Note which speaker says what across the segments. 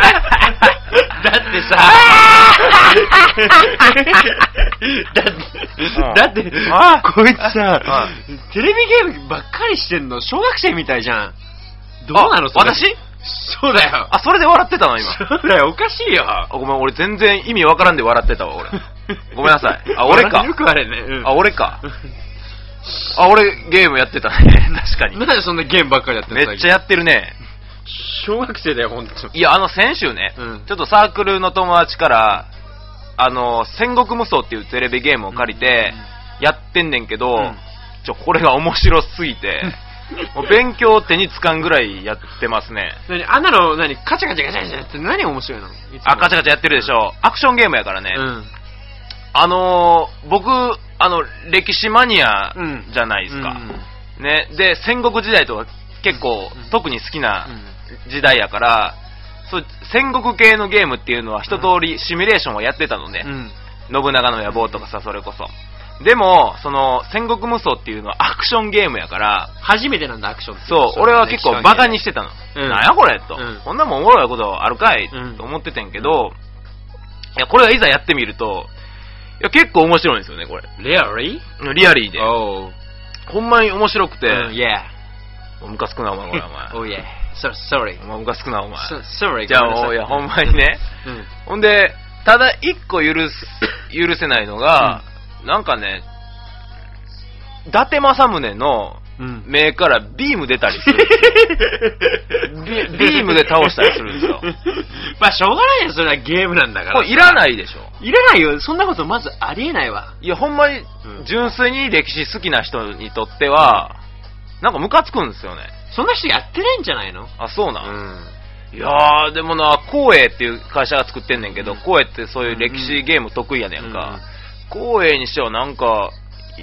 Speaker 1: だってさ、
Speaker 2: ああ
Speaker 1: だって、だって
Speaker 2: あ、あ
Speaker 1: こいつさ
Speaker 2: ああ、
Speaker 1: テレビゲームばっかりしてんの、小学生みたいじゃん。どうなのそれ
Speaker 2: 私
Speaker 1: そうだよ。
Speaker 2: あ、それで笑ってたの今。
Speaker 1: そうだよ、おかしいよ。
Speaker 2: あごめん、俺全然意味わからんで笑ってたわ、俺。ごめんなさいあ俺か
Speaker 1: よくあれね。うん
Speaker 2: あ、俺か。あ、俺ゲームやってたね。 確かに。
Speaker 1: なんでそんなゲームばっかりやってんの
Speaker 2: めっちゃやってるね。
Speaker 1: 小学生だよ、ほんと。
Speaker 2: いや、あの、先週ね、
Speaker 1: うん
Speaker 2: ちょっとサークルの友達から、あの、戦国無双っていうテレビゲームを借りて、やってんねんけど、
Speaker 1: うん
Speaker 2: ちょ、これが面白す ぎて、もう勉強を手につかんぐらいやってますね。
Speaker 1: 何あんなの、何カチャカチャカチャカチャって何面白いの
Speaker 2: あ、ガチャ
Speaker 1: ャ
Speaker 2: ガチャやってるでしょ。アクションゲームやからね。
Speaker 1: うん。
Speaker 2: あのー僕、あの、歴史マニアじゃないですか。ね、で、戦国時代とか結構、
Speaker 1: うん
Speaker 2: 特に好きな
Speaker 1: うんうん
Speaker 2: 時代やから、そう戦国系のゲームっていうのは一通りシミュレーションをやってたのね、
Speaker 1: うん
Speaker 2: 信長の野望とかさそれこそでもその戦国無双っていうのはアクションゲームやから
Speaker 1: 初めてなんだ、アクションって
Speaker 2: そう俺は結構バカにしてたの、
Speaker 1: うん
Speaker 2: なんやこれと、
Speaker 1: うん
Speaker 2: こんなもんおもろいことあるかい、
Speaker 1: うん
Speaker 2: と思っててんけどいやこれはいざやってみるといや結構面白いんですよねこれ
Speaker 1: レアリー
Speaker 2: リアリーで
Speaker 1: おう。
Speaker 2: ほんまに面白くて、
Speaker 1: うん、yeah.
Speaker 2: ムカつくなお前こ れお
Speaker 1: oh
Speaker 2: 前
Speaker 1: yeah. So, sorry.
Speaker 2: お前ムカつくなお前
Speaker 1: So, sorry.
Speaker 2: じゃ
Speaker 1: ごめんな
Speaker 2: あ
Speaker 1: さ
Speaker 2: おいやほんまにね
Speaker 1: うん。
Speaker 2: ほんで、ただ一個許 す、許せないのが、なんかね、伊達政宗の
Speaker 1: うん。
Speaker 2: 目からビーム出たり する。ビビームで倒したりするんですよ。
Speaker 1: まあ、しょうがないよ、それはゲームなんだか
Speaker 2: こ
Speaker 1: ら。
Speaker 2: れいらないでしょ。
Speaker 1: いらないよ、そんなことまずありえないわ。
Speaker 2: いや、ほんまに
Speaker 1: うん
Speaker 2: 純粋に歴史好きな人にとっては、なんかムカつくんですよね。
Speaker 1: そんな人やってないんじゃないの
Speaker 2: あ、そう
Speaker 1: う
Speaker 2: なん。
Speaker 1: ん。
Speaker 2: いやー、でもな、光栄っていう会社が作ってんねんけど、
Speaker 1: うん
Speaker 2: 光栄ってそういう歴史ゲーム得意やねんか。光栄にしてはなんか、い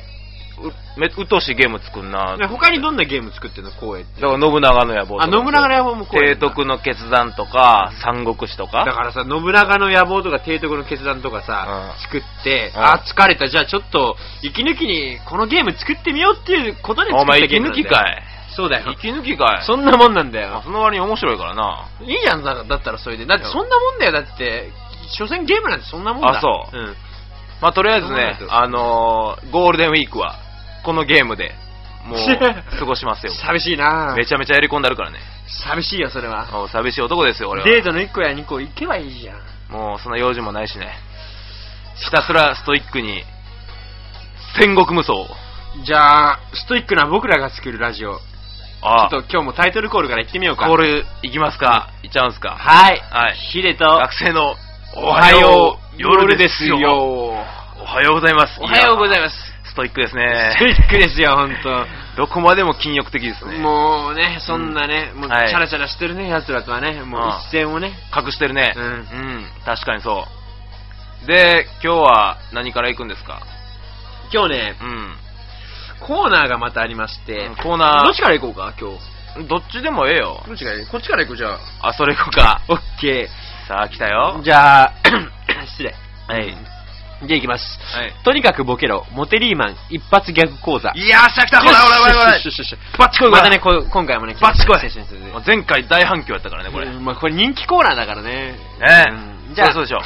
Speaker 2: うめうとうしいゲーム作んな。
Speaker 1: ね他にどんなゲーム作ってんの光栄って。
Speaker 2: だから信長の野望とか
Speaker 1: あ、信長の野望も光栄
Speaker 2: 帝徳の決断とか、三国志と
Speaker 1: だ
Speaker 2: か。
Speaker 1: からさ、信長の野望とか帝徳の決断とかさ、
Speaker 2: うん
Speaker 1: 作って、
Speaker 2: うん
Speaker 1: あ、疲れた、じゃあちょっと、息抜きにこのゲーム作ってみようっていうことで作
Speaker 2: お
Speaker 1: った
Speaker 2: 前、
Speaker 1: ゲ
Speaker 2: 息
Speaker 1: ームな
Speaker 2: 抜
Speaker 1: んだ
Speaker 2: き
Speaker 1: よ。
Speaker 2: かい。
Speaker 1: そうだよ。
Speaker 2: 息抜きかい。
Speaker 1: そんなもんなんだ
Speaker 2: あ
Speaker 1: よ。
Speaker 2: その割に面白いからな。
Speaker 1: いいじゃん、だからだったらそれで。だってそんなもんだよ、だって。所詮ゲームなんてそんなもんだ。
Speaker 2: あそう
Speaker 1: うん。
Speaker 2: まあ、とりあえず
Speaker 1: そうなん
Speaker 2: ね
Speaker 1: です、よ、
Speaker 2: あのー、ゴールデンウィークは、このゲームで、もう過ごしますよ。
Speaker 1: 寂しいな
Speaker 2: めちゃめちゃやり込んであるからね。
Speaker 1: 寂しいよ、それは。
Speaker 2: もう寂しい男ですよ、俺は。
Speaker 1: デートの1個や2個行けばいいじゃん。
Speaker 2: もう、そんな用事もないしね。ひたすらストイックに、戦国無双を。
Speaker 1: じゃあ、ストイックな僕らが作るラジオ。ちょ
Speaker 2: あ
Speaker 1: っと今日もタイトルコールから行ってみようか。
Speaker 2: コール、いきますかいっちゃうんすか
Speaker 1: はい。
Speaker 2: はい
Speaker 1: ヒデと、
Speaker 2: 学生の、
Speaker 1: おはよう、
Speaker 2: 夜ですよ。。おはようございます。
Speaker 1: おはようござい
Speaker 2: ま
Speaker 1: ます。
Speaker 2: す。ストイックです
Speaker 1: ストイ
Speaker 2: ね。
Speaker 1: ックですよ、本当。
Speaker 2: どこまでも禁欲的ですね。
Speaker 1: もうね、そんなね、もうチ
Speaker 2: はい
Speaker 1: ャラチャラしてるね、奴らとはね、もう
Speaker 2: ああ
Speaker 1: 一線をね。
Speaker 2: 隠してるね。
Speaker 1: うん
Speaker 2: うん。確かにそう。で、今日は何から行くんですか
Speaker 1: 今日ね
Speaker 2: う、ん。
Speaker 1: コーナーがまたありまして
Speaker 2: うん、コーナー
Speaker 1: どっちから行こうか、今日。
Speaker 2: どっちでもええよ。
Speaker 1: どっちから行こうこっちから行こう、じゃあ。
Speaker 2: あ、それ行こうか。
Speaker 1: オッケ
Speaker 2: さあ、来た
Speaker 1: ー。
Speaker 2: よ。
Speaker 1: じゃあ、 失礼。
Speaker 2: はい。
Speaker 1: じゃあ行きます。
Speaker 2: はい。
Speaker 1: とにかくボケろ、モテリーマン一発ギャグ講座。
Speaker 2: いやー、さあ来た、ほ
Speaker 1: よ
Speaker 2: ら
Speaker 1: し
Speaker 2: ほらほらほら
Speaker 1: よ。しよしよし
Speaker 2: バッチコイ
Speaker 1: またね、こう今回もね、
Speaker 2: バッチコイ
Speaker 1: 来ましたね
Speaker 2: もう前回大反響やったからね、これ。
Speaker 1: う
Speaker 2: ね
Speaker 1: んまあ、これ人気コーナーだからね。うんじ
Speaker 2: じ
Speaker 1: ゃ
Speaker 2: ゃ
Speaker 1: あ
Speaker 2: あ、そうでしょう。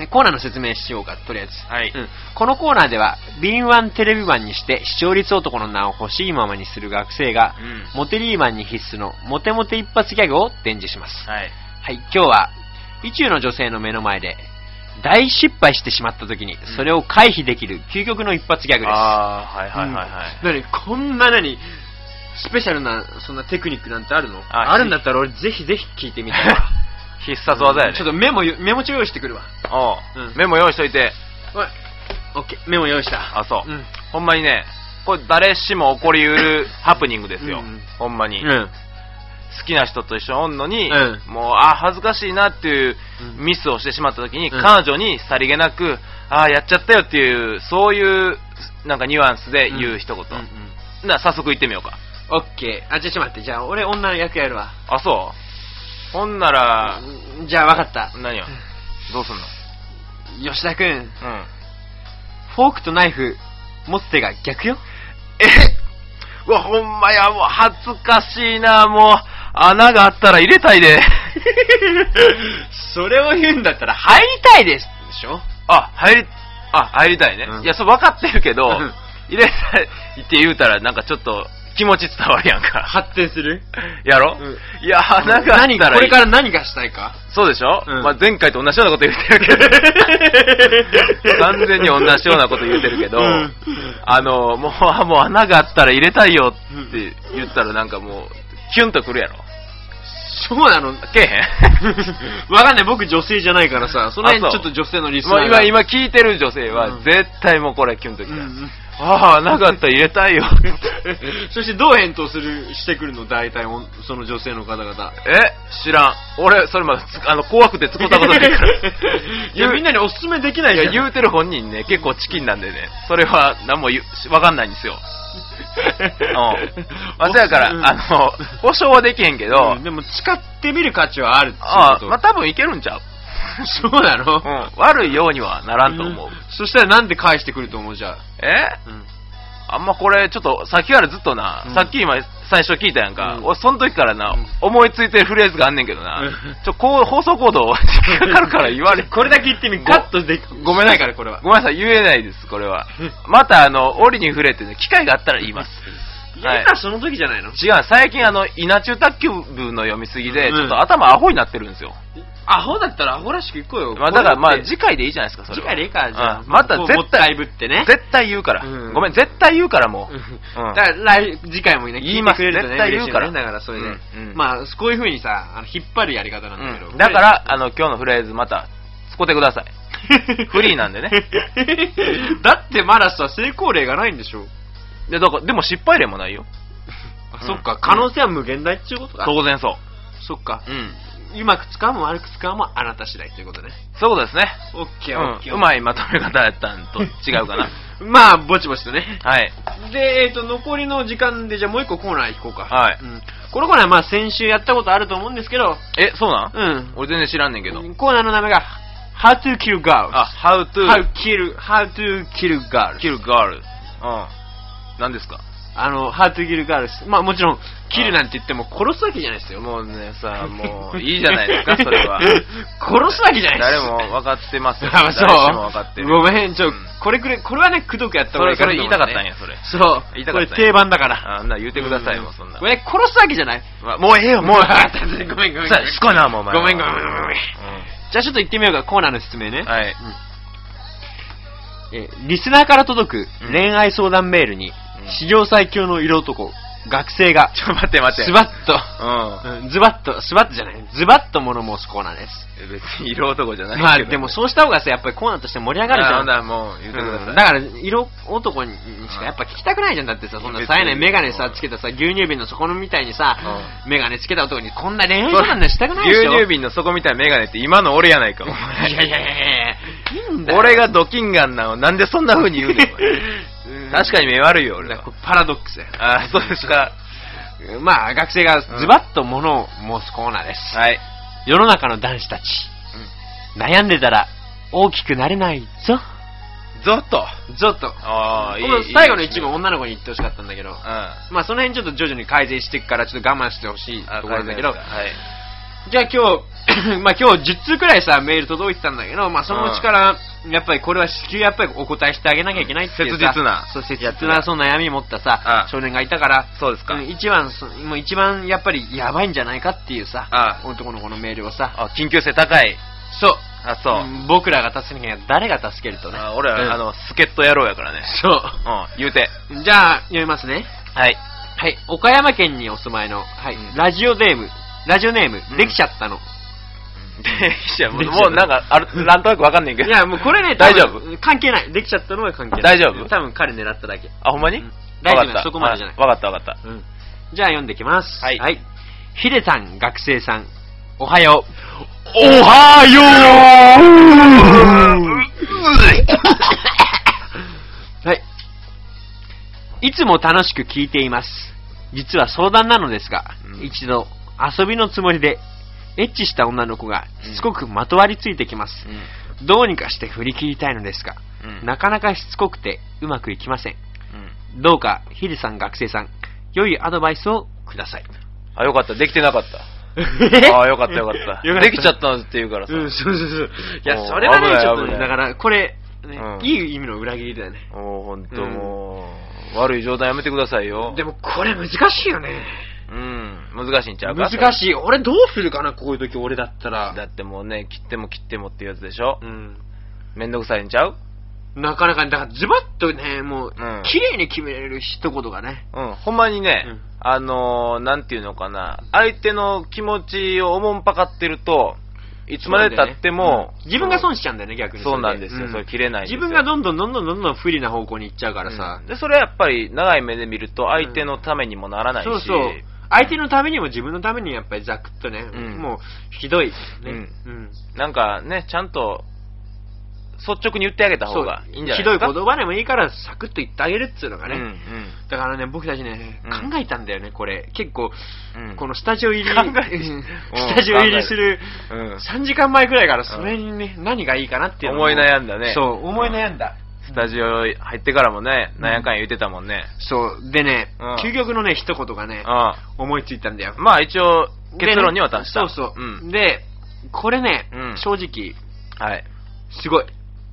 Speaker 1: ねコーナーの説明しようか、とりあえず。
Speaker 2: はい
Speaker 1: うんこのコーナーでは、敏腕テレビマンにして視聴率男の名を欲しいままにする学生が、
Speaker 2: うん
Speaker 1: モテリーマンに必須のモテモテ一発ギャグを伝授します。
Speaker 2: はい。
Speaker 1: はい、今日は、意中の女性の目の前で、大失敗してしまった時に、それを回避できる究極の一発ギャグです。
Speaker 2: あー、はいはいはいはい。
Speaker 1: うん何こんな何スペシャルな、そんなテクニックなんてあるの
Speaker 2: あ
Speaker 1: あるんだったら俺ぜひぜひ聞いてみたい わ。
Speaker 2: 必殺技やね。
Speaker 1: ちょっとメモよ、メモ帳用意してくるわ。
Speaker 2: おう
Speaker 1: うん
Speaker 2: メモ用意しといて。
Speaker 1: おい、オッケー、メモ用意した。
Speaker 2: あ、そう。
Speaker 1: うん。
Speaker 2: ほんまにね、これ誰しも起こりうるハプニングですよ。
Speaker 1: うん
Speaker 2: ほんまに、
Speaker 1: うん。
Speaker 2: 好きな人と一緒におんのに、
Speaker 1: うん
Speaker 2: もう、あ、恥ずかしいなっていう
Speaker 1: うん
Speaker 2: ミスをしてしまった時に、
Speaker 1: うん
Speaker 2: 彼女にさりげなく、あ、やっちゃったよっていう、そういう、なんかニュアンスで言う一言。
Speaker 1: うんうん
Speaker 2: な、早速言ってみようか。
Speaker 1: オッケー。あ、じゃあちょっと待って。じゃあ俺女の役やるわ。
Speaker 2: あ、そうほんなら、
Speaker 1: うんじゃあ分かった。
Speaker 2: 何よ。どうすんの
Speaker 1: 吉田くん、
Speaker 2: うん。
Speaker 1: フォークとナイフ、持つ手が逆よ。
Speaker 2: えうわ、ほんまや、もう恥ずかしいな、もう、穴があったら入れたいで。
Speaker 1: それを言うんだったら入りたいですでしょ
Speaker 2: あ、入り、あ、入りたいね。
Speaker 1: うん
Speaker 2: いや、そう分かってるけど、
Speaker 1: うん
Speaker 2: 入れたいって言うたら、なんかちょっと気持ち伝わるや んか。
Speaker 1: 発展する
Speaker 2: やろ、
Speaker 1: うん
Speaker 2: いや、穴があったらい
Speaker 1: 何
Speaker 2: い
Speaker 1: これから何がしたい か
Speaker 2: そうでしょ、
Speaker 1: うん
Speaker 2: まあ前回と同じようなこと言ってるけ ど。完全に同じようなこと言ってるけど、
Speaker 1: うん
Speaker 2: あの、もう、あもう穴があったら入れたいよって言ったらなんかもう、キュンとくるやろ。
Speaker 1: そうなの
Speaker 2: けえへん
Speaker 1: わかんない僕女性じゃないからさその辺
Speaker 2: あ
Speaker 1: ち
Speaker 2: そ
Speaker 1: ょ
Speaker 2: う
Speaker 1: っと女性のリス
Speaker 2: も
Speaker 1: ナ
Speaker 2: う
Speaker 1: ーが
Speaker 2: 今、今聞いてる女性
Speaker 1: う
Speaker 2: は
Speaker 1: ん
Speaker 2: 絶対もうこれキュンとき
Speaker 1: う
Speaker 2: た。
Speaker 1: んうん
Speaker 2: ああ、なかったら入 れたいよって。
Speaker 1: そしてどう返答するしてくるの大体おその女性の方々。
Speaker 2: え知らん。俺、それまでつ、あの、怖くてつこたことないか ら
Speaker 1: いやみんなにおすすめできない
Speaker 2: い
Speaker 1: じゃ
Speaker 2: や、
Speaker 1: ん
Speaker 2: 言うてる本人ね、結構チキンなんでね、それは何も言うしわかんないんですよ。うん。 まあ、そやから、
Speaker 1: うん
Speaker 2: あの、保証はできへんけど、
Speaker 1: うんでも誓ってみる価値はあるって
Speaker 2: ああ、
Speaker 1: こと
Speaker 2: まあ、多分いけるんちゃう
Speaker 1: そうなの
Speaker 2: うん。悪いようにはならんと思う。
Speaker 1: そしたらなんで返してくると思うじゃあ
Speaker 2: え
Speaker 1: うん
Speaker 2: あんまこれ、ちょっと、さっきからずっとな、
Speaker 1: うん
Speaker 2: さっき今、最初聞いたやんか、
Speaker 1: うん
Speaker 2: 俺、その時からな、
Speaker 1: うん
Speaker 2: 思いついてるフレーズがあんねんけどな、
Speaker 1: うん
Speaker 2: ちょ、こう、放送コード、引っかかるから言われ
Speaker 1: これだけ言ってみ
Speaker 2: ご
Speaker 1: カットでごめんないからこれは
Speaker 2: ごめんなさい、言えないです、これは。また、あの、折に触れてね、機会があったら言います。はい
Speaker 1: やったらその時じゃないの
Speaker 2: 違う、最近、あの、稲中卓球部の読みすぎで、
Speaker 1: うん
Speaker 2: ちょっと頭アホになってるんですよ。
Speaker 1: アホだったらアホらしく行こうよ
Speaker 2: まあ、だから、ま
Speaker 1: こ
Speaker 2: あ、
Speaker 1: れって
Speaker 2: 次回でいいじゃないですか、それ
Speaker 1: 次
Speaker 2: は
Speaker 1: 回でいいからじゃあ
Speaker 2: うんまた
Speaker 1: こうも
Speaker 2: 絶
Speaker 1: ったい
Speaker 2: 対、
Speaker 1: ぶってね
Speaker 2: 絶対言うから、
Speaker 1: うん
Speaker 2: ごめん、絶対言うから、もう。
Speaker 1: うん
Speaker 2: うん
Speaker 1: だから来次回もね、
Speaker 2: 言います
Speaker 1: 聞てくれるとね、
Speaker 2: 絶対言うから
Speaker 1: 嬉しいよねだからそれで、
Speaker 2: うんうん
Speaker 1: まあ、こういう風にさ、あの引っ張るやり方なんだけど、
Speaker 2: うんだから、あの、今日のフレーズまた、使ってください。 フリーなんでね。
Speaker 1: だってまださ、成功例がないんでしょ。
Speaker 2: で、だから、でも失敗例もないよ。
Speaker 1: あ
Speaker 2: うん
Speaker 1: そっか、可能性は無限大っていうことか。
Speaker 2: 当然そ
Speaker 1: そっか
Speaker 2: う。。うん。
Speaker 1: うまく使うも悪く使うもあなた次第ということね。
Speaker 2: そういうことですね。
Speaker 1: オッケーオッケ
Speaker 2: う
Speaker 1: ー。
Speaker 2: んうまいまとめ方やったんと違うか な。
Speaker 1: まあ、ぼちぼちとね。
Speaker 2: はい。
Speaker 1: で、えっ、と、残りの時間で、じゃあもう一個コーナー行こうか。
Speaker 2: はい
Speaker 1: うんこのコーナー、まあ、先週やったことあると思うんですけど、
Speaker 2: え、そうなん
Speaker 1: うん。
Speaker 2: 俺全然知らんねんけど。
Speaker 1: コーナーの名前が、How to Kill Girls。
Speaker 2: あ、how to
Speaker 1: How kill, how to kill girls.
Speaker 2: kill girl. うん。何ですか
Speaker 1: あの、how to kill girls. まあもちろん、キルなんて言っても殺すわけじゃないですよ。も
Speaker 2: もうね、 さ、もう、いいじゃないです か、それは。
Speaker 1: 殺すわけじゃないです
Speaker 2: 誰も分かってますよ。
Speaker 1: あ、そう
Speaker 2: 誰しも分かってる。
Speaker 1: ごめん、ちょ、
Speaker 2: うん
Speaker 1: これくれ、これはね、くどくやった
Speaker 2: そ
Speaker 1: 方がい
Speaker 2: れ、
Speaker 1: いか
Speaker 2: そ
Speaker 1: な
Speaker 2: れ
Speaker 1: と
Speaker 2: 言
Speaker 1: 思
Speaker 2: い
Speaker 1: ね
Speaker 2: たかったんや、それ。
Speaker 1: そう。
Speaker 2: 言いたかったんや
Speaker 1: これ定番だから。
Speaker 2: あんな言うてください、もう、そんな
Speaker 1: こ。れ殺すわけじゃない。
Speaker 2: まあもうええよ、もう。
Speaker 1: ごめんごめんごめん
Speaker 2: さしこいな、もうお前。
Speaker 1: ごめんごめんごめんごめんじゃあちょっと行ってみようか、コーナーの説明ね。
Speaker 2: うんはい。
Speaker 1: えーリスナーから届く
Speaker 2: うん
Speaker 1: 恋愛相談メールに、
Speaker 2: ん
Speaker 1: 史上最強の色男、学生が、
Speaker 2: ちょ、待って待って。
Speaker 1: スバッと、
Speaker 2: う
Speaker 1: うんズバッと、スバッとじゃない、ズバッと物申すコーナーです。
Speaker 2: ん。別に色男じゃないけど。
Speaker 1: まあでもそうした方がさ、やっぱりコーナーとして盛り上
Speaker 2: だか
Speaker 1: がるじ
Speaker 2: ら、
Speaker 1: ゃ。
Speaker 2: ほんなんらもう言うてください。
Speaker 1: うんだから、色男にしかやっぱ聞きたくないじゃん。だってさ、そんな冴えないメガネさ、つけたさ、牛乳瓶の底のみたいにさ、メガネつけた男にこんな恋愛相談なんしたくないでしょ。
Speaker 2: 牛乳瓶の底みたいなメガネって今の俺やないか。お前
Speaker 1: いやいやいやいやいいんだよ。
Speaker 2: 俺がドキンガンなの、なんでそんな風に言うの
Speaker 1: うん
Speaker 2: 確かに目悪いよ、俺
Speaker 1: なん
Speaker 2: は
Speaker 1: か。パラドックスや
Speaker 2: ああ、そうですか。
Speaker 1: まあ、学生がズバッと物を申すコーナーです。
Speaker 2: はい。
Speaker 1: 世の中の男子たち、悩んでたら大きくなれないぞ。
Speaker 2: ゾッと。
Speaker 1: ぞっと。
Speaker 2: ああ、いい
Speaker 1: この。最後の一
Speaker 2: 一
Speaker 1: 部
Speaker 2: 部うん。
Speaker 1: 女の子に言ってほしかったんだけど、
Speaker 2: あ
Speaker 1: まあその辺ちょっと徐々に改善していくからちょっと我慢してほしいところだけど、
Speaker 2: はい。
Speaker 1: じゃあ今日、 まあ今日10通くらいさ、メール届いてたんだけど、まあそのうちから、やっぱりこれは至急やっぱりお答えしてあげなきゃいけないっていうさ
Speaker 2: 切実な
Speaker 1: そう、切
Speaker 2: やつ
Speaker 1: 実
Speaker 2: だ
Speaker 1: なそう悩み持ったさ
Speaker 2: あ、
Speaker 1: 少年がいたから、
Speaker 2: そうですか。
Speaker 1: うん一番そ、もう一番やっぱりやばいんじゃないかっていうさ、
Speaker 2: あ
Speaker 1: 男の子のメールをさ、
Speaker 2: あ、緊急性高い。
Speaker 1: そう、
Speaker 2: あ、そう
Speaker 1: う。ん僕らが助けなきゃ誰が助けるとね。
Speaker 2: あ俺
Speaker 1: うん
Speaker 2: は、あの、助っ人野郎やからね。
Speaker 1: そう。
Speaker 2: うん、言うて。
Speaker 1: じゃあ、読みますね。
Speaker 2: はい。
Speaker 1: はい、岡山県にお住まいの、はい、
Speaker 2: うん
Speaker 1: ラジオネーム、ラジオネーム、
Speaker 2: うん
Speaker 1: できちゃったの。
Speaker 2: いや、もうもうなんか、ある、なんとなくわかんねんけど。
Speaker 1: いや、もうこれね、
Speaker 2: 大丈
Speaker 1: 多分関係ない。できちゃったのは関係ない。
Speaker 2: 大丈夫
Speaker 1: 多分彼狙っただけ。
Speaker 2: あ、ほんまに
Speaker 1: うん大丈夫
Speaker 2: わかった
Speaker 1: そこまでじゃない
Speaker 2: あわかったわかった。
Speaker 1: うん。じゃあ読んできます。
Speaker 2: はい
Speaker 1: はい。ヒデさん、学生さん、おはよ
Speaker 2: おはよ
Speaker 1: う。はい。いつも楽しく聞いています。実は相談なのですが、
Speaker 2: うん
Speaker 1: 一度遊びのつもりで、エッチした女の子がしつこくまとわりついてきます。
Speaker 2: うん。
Speaker 1: どうにかして振り切りたいのですが、
Speaker 2: うん
Speaker 1: なかなかしつこくてうまくいきません。どうか、ヒデさん、学生さん、良いアドバイスをください。
Speaker 2: あ、よかった。できてなかった。ああ、よかったよかった。 できちゃったって言うからさ。
Speaker 1: うん、そうそうそう。いや、それは
Speaker 2: 危
Speaker 1: ね、
Speaker 2: ない
Speaker 1: ちょっと
Speaker 2: 危
Speaker 1: ね、
Speaker 2: な
Speaker 1: だ
Speaker 2: い
Speaker 1: から、これ、ね
Speaker 2: うん
Speaker 1: いい意味の裏切りだよね。
Speaker 2: もうほんともう、悪い冗談やめてくださいよ。
Speaker 1: でも、これ難しいよね。
Speaker 2: うん、難しいんちゃうか
Speaker 1: 難
Speaker 2: し
Speaker 1: しい。俺どうするかな、こういう時俺だったら。
Speaker 2: だってもうね、切っても切ってもっていうやつでしょ
Speaker 1: う。ん。
Speaker 2: めんどくさいんちゃう
Speaker 1: なかなかね、だから、ズバッとね、もう、
Speaker 2: うん
Speaker 1: 綺麗に決めれる一言がね。
Speaker 2: うん、ほんまにね、
Speaker 1: うん
Speaker 2: あのー、なんていうのかな、相手の気持ちをおもんぱかってると、いつまで経っても、
Speaker 1: うん自分が損しちゃうんだよね、逆に。れ
Speaker 2: そうなんですよそれ切れないんです
Speaker 1: 自
Speaker 2: よ
Speaker 1: 分がどんどんどんどんどんどん不利な方向に行っちゃうからさ。
Speaker 2: うんで、それはやっぱり長い目で見ると、相手のためにもならないし、
Speaker 1: そうそう。相手のためにも自分のためにやっぱりざっくっとね、
Speaker 2: うん
Speaker 1: もうひどい、ねうん
Speaker 2: なんかね、ちゃんと、率直に言ってあげた方がいいんじゃない
Speaker 1: ひ
Speaker 2: で
Speaker 1: ど
Speaker 2: す
Speaker 1: い
Speaker 2: か。
Speaker 1: 言葉でもいいからサクッと言ってあげるっつうのがね、
Speaker 2: うん
Speaker 1: だからね僕たちね、
Speaker 2: うん
Speaker 1: 考えたんだよねこれ結構、
Speaker 2: うんうん
Speaker 1: このスタジオ入り
Speaker 2: 考え
Speaker 1: スタジオ入りする
Speaker 2: うん
Speaker 1: 3時間前くらいからそれにね、何がいいかなっていうのを
Speaker 2: 思い悩んだね
Speaker 1: そう思い悩んだ、
Speaker 2: スタジオ入ってからもね、なんやかんや言ってたもんね。
Speaker 1: そうでね、
Speaker 2: うん
Speaker 1: 究極のね一言がね、
Speaker 2: う
Speaker 1: 思いついたんだよ
Speaker 2: ん。まあ一応、
Speaker 1: でね
Speaker 2: 結論には達した。
Speaker 1: そうそう、
Speaker 2: ん。
Speaker 1: でこれね、
Speaker 2: うん
Speaker 1: 正直
Speaker 2: はい。
Speaker 1: すごい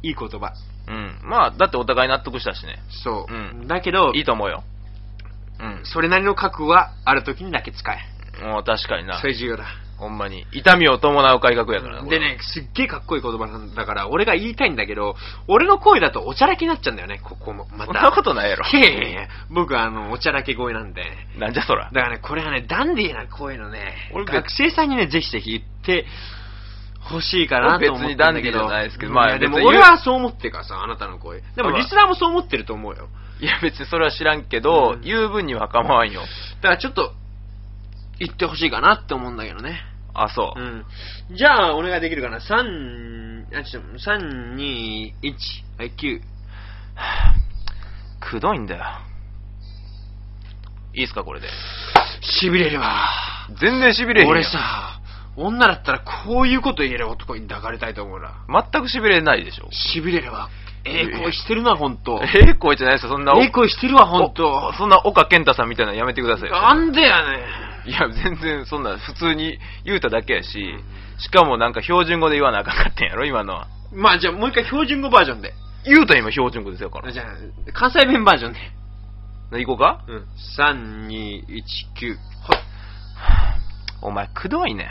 Speaker 1: いい言葉
Speaker 2: うん。まあ、だってお互い納得したしね。
Speaker 1: そう、
Speaker 2: うん
Speaker 1: だけど
Speaker 2: いいと思うよ。うん。
Speaker 1: それなりの覚悟はある時にだけ使え
Speaker 2: もう確かにな
Speaker 1: そ。れ重要だ
Speaker 2: ほんまに。痛みを伴う改革やからな。これ
Speaker 1: でね、すっげえかっこいい言葉なんだから俺が言いたいんだけど俺の声だとおちゃらけになっちゃうんだよねここもま
Speaker 2: そ
Speaker 1: た
Speaker 2: んなことないやろ。
Speaker 1: いやいやいや僕はあのおちゃらけ声なんで
Speaker 2: なんじゃそら
Speaker 1: だ。からねこれはねダンディーな声のね
Speaker 2: 俺別
Speaker 1: 学生さんにねぜひぜひ言ってほしいかな
Speaker 2: 俺
Speaker 1: と思
Speaker 2: 別
Speaker 1: って
Speaker 2: に
Speaker 1: んだけど
Speaker 2: ダンディーじゃないですけど
Speaker 1: うん
Speaker 2: ま
Speaker 1: い
Speaker 2: あ
Speaker 1: やでも
Speaker 2: 別に
Speaker 1: 俺はそう思ってるからさあなたの声でも
Speaker 2: まあ
Speaker 1: リスナーもそう思ってると思うよ
Speaker 2: いや別にそれは知らんけど、
Speaker 1: うん
Speaker 2: 言う分には構わんよ。
Speaker 1: だからちょっと言ってほしいかなって思うんだけどね
Speaker 2: あ、そうう。
Speaker 1: んじゃあお願いできるかな3あちょっと3 2 1はい9
Speaker 2: くどいんだよ。いいっすか、これで。
Speaker 1: しびれるわ
Speaker 2: 全然痺れへんやん。
Speaker 1: 俺さ女だったらこういうこと言える男に抱かれたいと思うな
Speaker 2: 全く痺れないでしょ。
Speaker 1: しびれるわええ声してるな本当え
Speaker 2: ええ声じゃないですよ、そんな。
Speaker 1: え声してるわ本当
Speaker 2: おそんな岡健太さんみたいなのやめてくださいよ。
Speaker 1: なんでやね
Speaker 2: いや、全然そんな、普通に言うただけやし、しかもなんか標準語で言わなあかんかったんやろ、今のは。
Speaker 1: んまあじゃあもう一回標準語バージョンで
Speaker 2: 言うた今標準語ですよ、から。
Speaker 1: じゃあ関西弁バージョンで
Speaker 2: 行こうか
Speaker 1: うん3219はい
Speaker 2: お前、くどいね。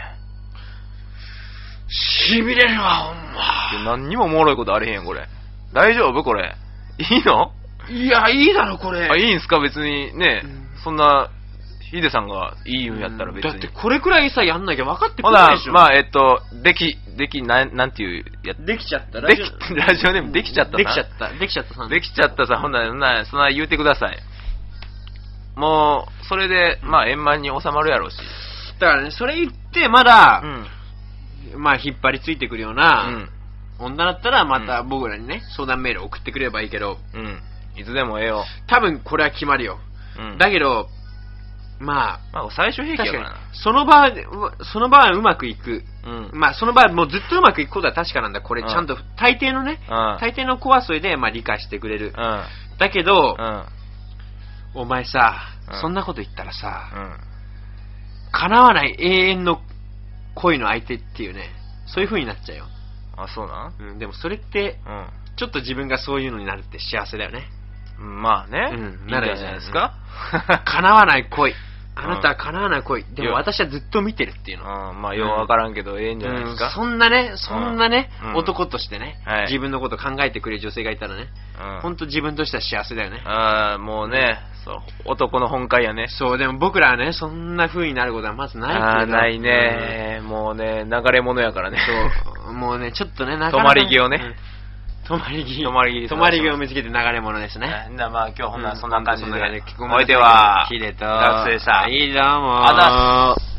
Speaker 1: しびれるわほん
Speaker 2: いや
Speaker 1: ま
Speaker 2: 何にもおもろいことあれへんよ、これ。大丈夫これ。いいの
Speaker 1: いやいいだろこれ
Speaker 2: あ、いいんすか別にね、
Speaker 1: うん
Speaker 2: そんな、ヒデさんがいい言うんやったら別
Speaker 1: だっ
Speaker 2: に
Speaker 1: て。これくらいさやんなきゃ分かってく
Speaker 2: ほ
Speaker 1: れない
Speaker 2: な
Speaker 1: でし、ょ
Speaker 2: まあ、えっと、でき、でき、なん、なんていうや
Speaker 1: できちゃった
Speaker 2: でき、ラジオネームできちゃったな。
Speaker 1: できちゃったできちゃったさん
Speaker 2: できちゃったさ、ほんなら、ほんならそんな言うてください。もう、それで、まあ、円満に収まるやろうし。
Speaker 1: だからねそれ言ってまだ
Speaker 2: う、ん。
Speaker 1: まあ引っ張りついてくるよう
Speaker 2: う。
Speaker 1: なん女だったらまた僕らにね相談メール送ってくれればいいけど
Speaker 2: うん。いつでもええよ。
Speaker 1: 多分これは決まるよ
Speaker 2: うん。
Speaker 1: だけどまあ
Speaker 2: まあ、最終兵器や
Speaker 1: 確
Speaker 2: か
Speaker 1: からに
Speaker 2: な。
Speaker 1: その場でうその場はうまくいく
Speaker 2: うん。
Speaker 1: まあその場はもうずっとうまくいくことは確かなんだこれ
Speaker 2: う
Speaker 1: ち
Speaker 2: ん
Speaker 1: ゃんと大抵のね
Speaker 2: うん。
Speaker 1: 大抵の子はそれでまあ理解してくれる
Speaker 2: うん。
Speaker 1: だけど
Speaker 2: うん。
Speaker 1: お前さ
Speaker 2: うん
Speaker 1: そんなこと言ったらさ
Speaker 2: うん。
Speaker 1: 叶わない永遠の恋の相手っていうねそういう風になっちゃうよ、
Speaker 2: あ、そうなん
Speaker 1: うん、でもそれってちょっと自分がそういうのになるって幸せだよね
Speaker 2: うん。まあね。
Speaker 1: うん
Speaker 2: いいんじゃないですか。
Speaker 1: 叶わない恋あなたは叶わない恋、で
Speaker 2: いや。
Speaker 1: も私はずっと見てるっていううんの、
Speaker 2: まあ、ようわからんけど、ええんじゃないです
Speaker 1: うん
Speaker 2: か。
Speaker 1: そんなねそんなね、
Speaker 2: うん
Speaker 1: 男としてね、
Speaker 2: はい
Speaker 1: 自分のこと考えてくれる女性がいたらね、
Speaker 2: うん
Speaker 1: ほんと自分としては幸せだよね、
Speaker 2: ああ、もうね、そう、男の本懐やね。
Speaker 1: そうでも僕らはねそんな風になることはまずない
Speaker 2: ああー、
Speaker 1: けど
Speaker 2: ないね、もうね、流れ物やからね。
Speaker 1: そうもうねちょっとねなかなか
Speaker 2: 泊まり木をね
Speaker 1: うん泊まり木
Speaker 2: 泊まり木
Speaker 1: 泊まり木を見つけて流れ物ですね、
Speaker 2: ね。な まあ今日ほんならそんな感じで。
Speaker 1: お
Speaker 2: お相手は、
Speaker 1: ヒデと、
Speaker 2: ダックスでした。
Speaker 1: いいどうも。
Speaker 2: あざっす